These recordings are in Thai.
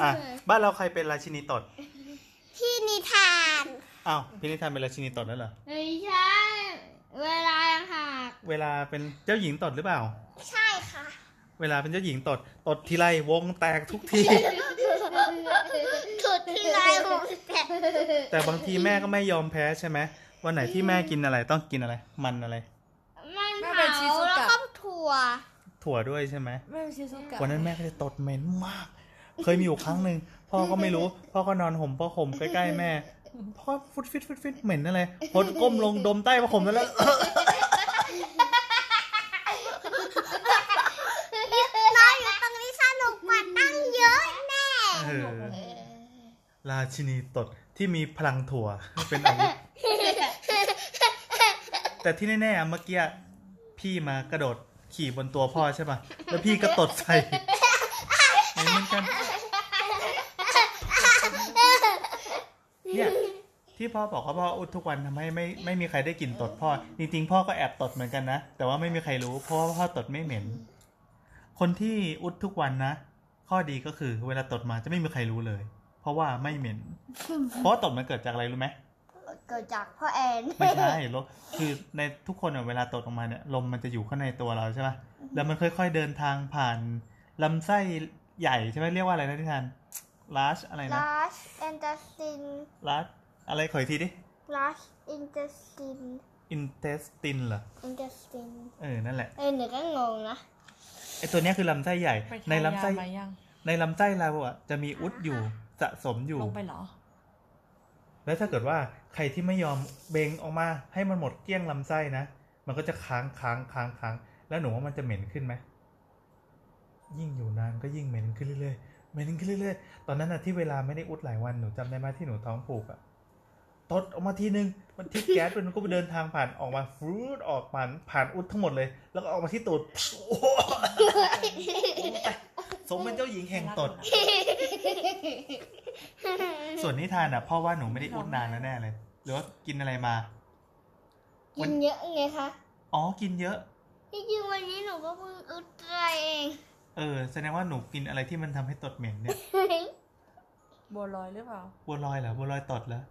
อ่ะ ชื่ออะไร บ้านเราใครเป็นราชินีตด ที่นิทาน อ้าวพี่นิทานเป็นราชินีตดแล้วเหรอ ไม่ใช่เวลาค่ะ เวลาเป็นเจ้าหญิงตดหรือเปล่า ใช่ค่ะ เวลาเป็นเจ้าหญิงตดตดทีไรวงแตกทุกที ถุดที่ไรของแต่ แต่บางทีแม่ก็ไม่ยอมแพ้ใช่ไหมวันไหนที่แม่กินอะไรต้องกินอะไร มันอะไร มัน แม่ เผ เป็นชิ า ซุ แล้ว กะ ข้าวถั่ว ถั่วด้วยใช่ไหม แม่เป็นชิซุกะ วันนั้นแม่ก็จะตดเหม็นมาก เคยมีอยู่ครั้งหนึ่งพ่อก็ไม่รู้ พ่อก็นอนห่มพ่อห่มใกล้ๆแม่พ่อฟุดฟิตฟุดฟิตเหม็นอะไรพดก้มลงดมใต้ผ้าห่มนั่นแหละ น้อยอยู่ตรงนี้สนุกกว่าตั้งเยอะแน่ เออราชินีตดที่มีพลังถั่ว เป็นอาวุธ แต่ที่แน่ๆเมื่อกี้พี่มากระโดดขี่บนตัวพ่อใช่ป่ะ แล้วพี่ก็ตดใส่เหมือนกันเนี่ยที่พ่อบอกว่าพ่ออุดทุกวันทำให้ไม่ไม่มีใครได้กลิ่นตดพ่อจริงๆพ่อก็แอบตดเหมือนกันนะ แต่ว่าไม่มีใครรู้เพราะว่าพ่อตดไม่เหม็น คนที่อุดทุกวันนะ ข้อดีก็คือเวลาตดมาจะไม่มีใครรู้เลย เพราะว่าไม่เหม็น เพราะว่าตดมันเกิดจากอะไรรู้ไหม เกิดจากพ่อแอน ไม่ใช่ลมคือในทุกคนอะเวลาตกออกมาเนี่ยลมมันจะอยู่ข้างในตัวเราใช่ปหะแล้วมันค่อยๆเดินทางผ่านลำไส้ใหญ่ใช่ไหมเรียกว่าอะไรนะที่ทานลาชอะไรนะ ลาชเอนเตอร์ซิน ลาชอะไรขออีกทีดิ ลาชเอนเตอร์ซิน อินเทสตินเหรอ เอนเตอร์ซิน เออนั่นแหละ เออหนูก็งงนะ ไอตัวเนี้ยคือลำไส้ใหญ่ ไปทาน ในลำไส้ ยามายัง ในลำไส้เราอะจะมีอุดอยู่สะสมอยู่ ลงไปเหรอ แล้วถ้าเกิดว่าใครที่ไม่ยอมเบงออกมาให้มันหมดเกลี้ยงลำไส้นะ มันก็จะค้างค้างค้างค้างแล้วหนูว่ามันจะเหม็นขึ้นไหม ยิ่งอยู่นานก็ยิ่งเหม็นขึ้นเรื่อยๆเหม็นขึ้นเรื่อยๆ ตอนนั้นนะที่เวลาไม่ได้อุดหลายวันหนูจำได้ไหมที่หนูท้องผูกอะตดออกมาทีนึงมันที่แก๊สมันก็ไปเดินทางผ่านออกมาฟรูดออกผ่านผ่านอุดทั้งหมดเลย แล้วก็ออกมาที่ตูดโอ้โหสมเป็นเจ้าหญิงแห่งตด ส่วนนิทานอ่ะพ่อว่าหนูไม่ได้อุดนานแล้วแน่เลยหรือว่ากินอะไรมา กินเยอะไงคะ อ๋อ กินเยอะ ที่จริงวันนี้หนูก็เพิ่งอุดใจเอง เออ แสดงว่าหนูกินอะไรที่มันทำให้ตดเหม็นเนี่ย บัวลอยหรือเปล่า บัวลอยเหรอ บัวลอยตดเหรอ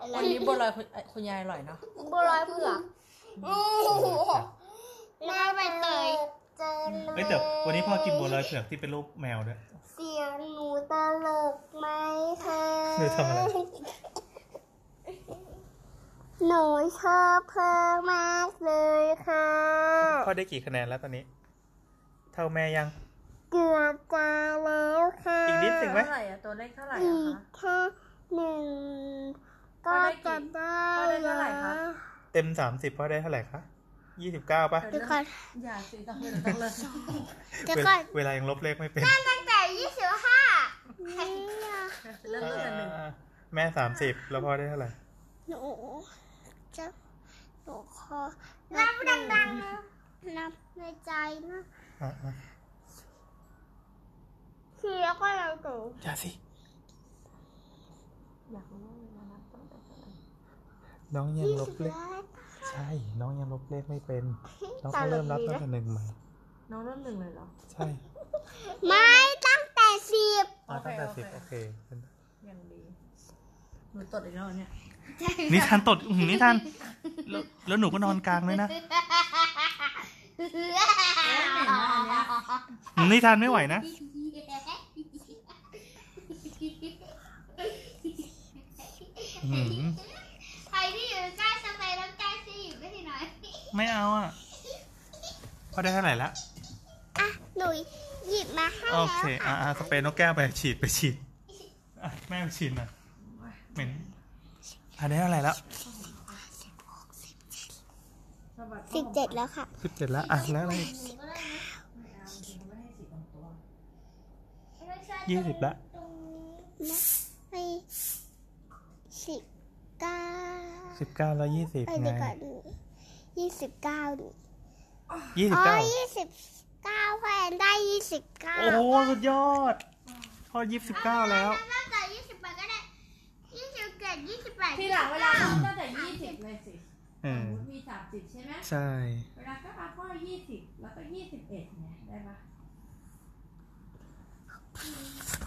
อะไร วันนี้บัวลอยคุณเอ่อคุณยายอร่อยเนาะ บัวลอยเผือก ก็ไปเตย เจอเลย เอ้ยแต่วันนี้พ่อกินบัวลอยเผือกที่เป็นรูปแมวด้วย เสียงหนูตลกไหมหเธอนูทำอะไร หนูชอบเพลิ่มมากเลยค่ะ พ่อได้กี่คะแนนแล้วตอนนี้ เท่าแม่ยัง เกือบจะแล้วค่ะ อีกนิดหนึ่งไหม เท่าไหร่อะตัวเลขเท่าไหร่ อี อะ ก คะ แค่หนึ่งก็จะได้ พ่อได้เท่าไหร่คะ เต็มสามสิบพ่อได้เท่าไหร่คะยี่สิบเก้าป่ะ เดี๋ยว เดี๋ยว เริ่ม ก่อน อย่าสิต้องเลยต้องเลย เดี๋ยว เว ก่อน เวลายังลบเลขไม่เป็น ตั้งแต่ยี่สิบห้า เริ่มตั้งแต่หนึ่ง อ่าแม่สามสิบแล้วพ่อได้เท่าไหร่ หนูจะหนูขอนับดังๆนะนับในใจนะ อ่า คือแล้วก็เราตู อย่าสิ อยากรู้ว่าเวลานับตั้งแต่เท่าไหร่ น้องยังลบเลข ใช่ น้องยังลบเลขไม่เป็น น้องก็เริ่มรับตั้งแต่หนึ่งใหม่ น้องเริ่มหนึ่งเลยเหรอ ใช่ ไม่ตั้งแต่สิบ อ๋อตั้งแต่สิบโอเค อย่างดี หนูตดอีกแล้วเหรอเนี่ย นิทานตดอื้อหือนิทานแล้วแล้วหนูก็นอนกลางเลยนะนิทานไม่ไหวนะ อื้อหือ ใครที่อยู่ใกล้สไปแล้วใกล้ซีอยู่ไม่ทีน้อย ไม่เอาอ่ะพอได้เท่าไหร่ละ อ่ะ หนูหยิบมาให้ โอ แล้ว เค ค่ะ อ่าสเปรย์นกแก้วไปฉีดไปฉีดอ่ะแม่ไปฉีดหน่อยเหม็นพอได้เท่าไหร่ละ สิบเจ็ดแล้วค่ะ สิบเจ็ดละอ่ะแล้วอะไรยี่สิบละ นะไปสิบเก้า สิบเก้าแล้วยี่สิบ ไป ไง ดีกว่ายี่สิบเก้าดิ ยี่สิบ อ๋อ เก้า ยี่สิบเก้าพ่อแอนได้ยี่สิบเก้า โอ้โหสุดยอดพอยี่สิบเก้าแล้ว มากกว่ายี่สิบแปดก็ได้ยี่สิบเจ็ดยี่สิบแปด ทีหลังเวลานับตั้งแต่ยี่สิบเลยสิ เอ สม อ มติมีสามสิบใช่ไหม ใช่ เวลาก็นับก็ยี่สิบแล้วก็ยี่สิบเอ็ดเนี่ยได้ปะ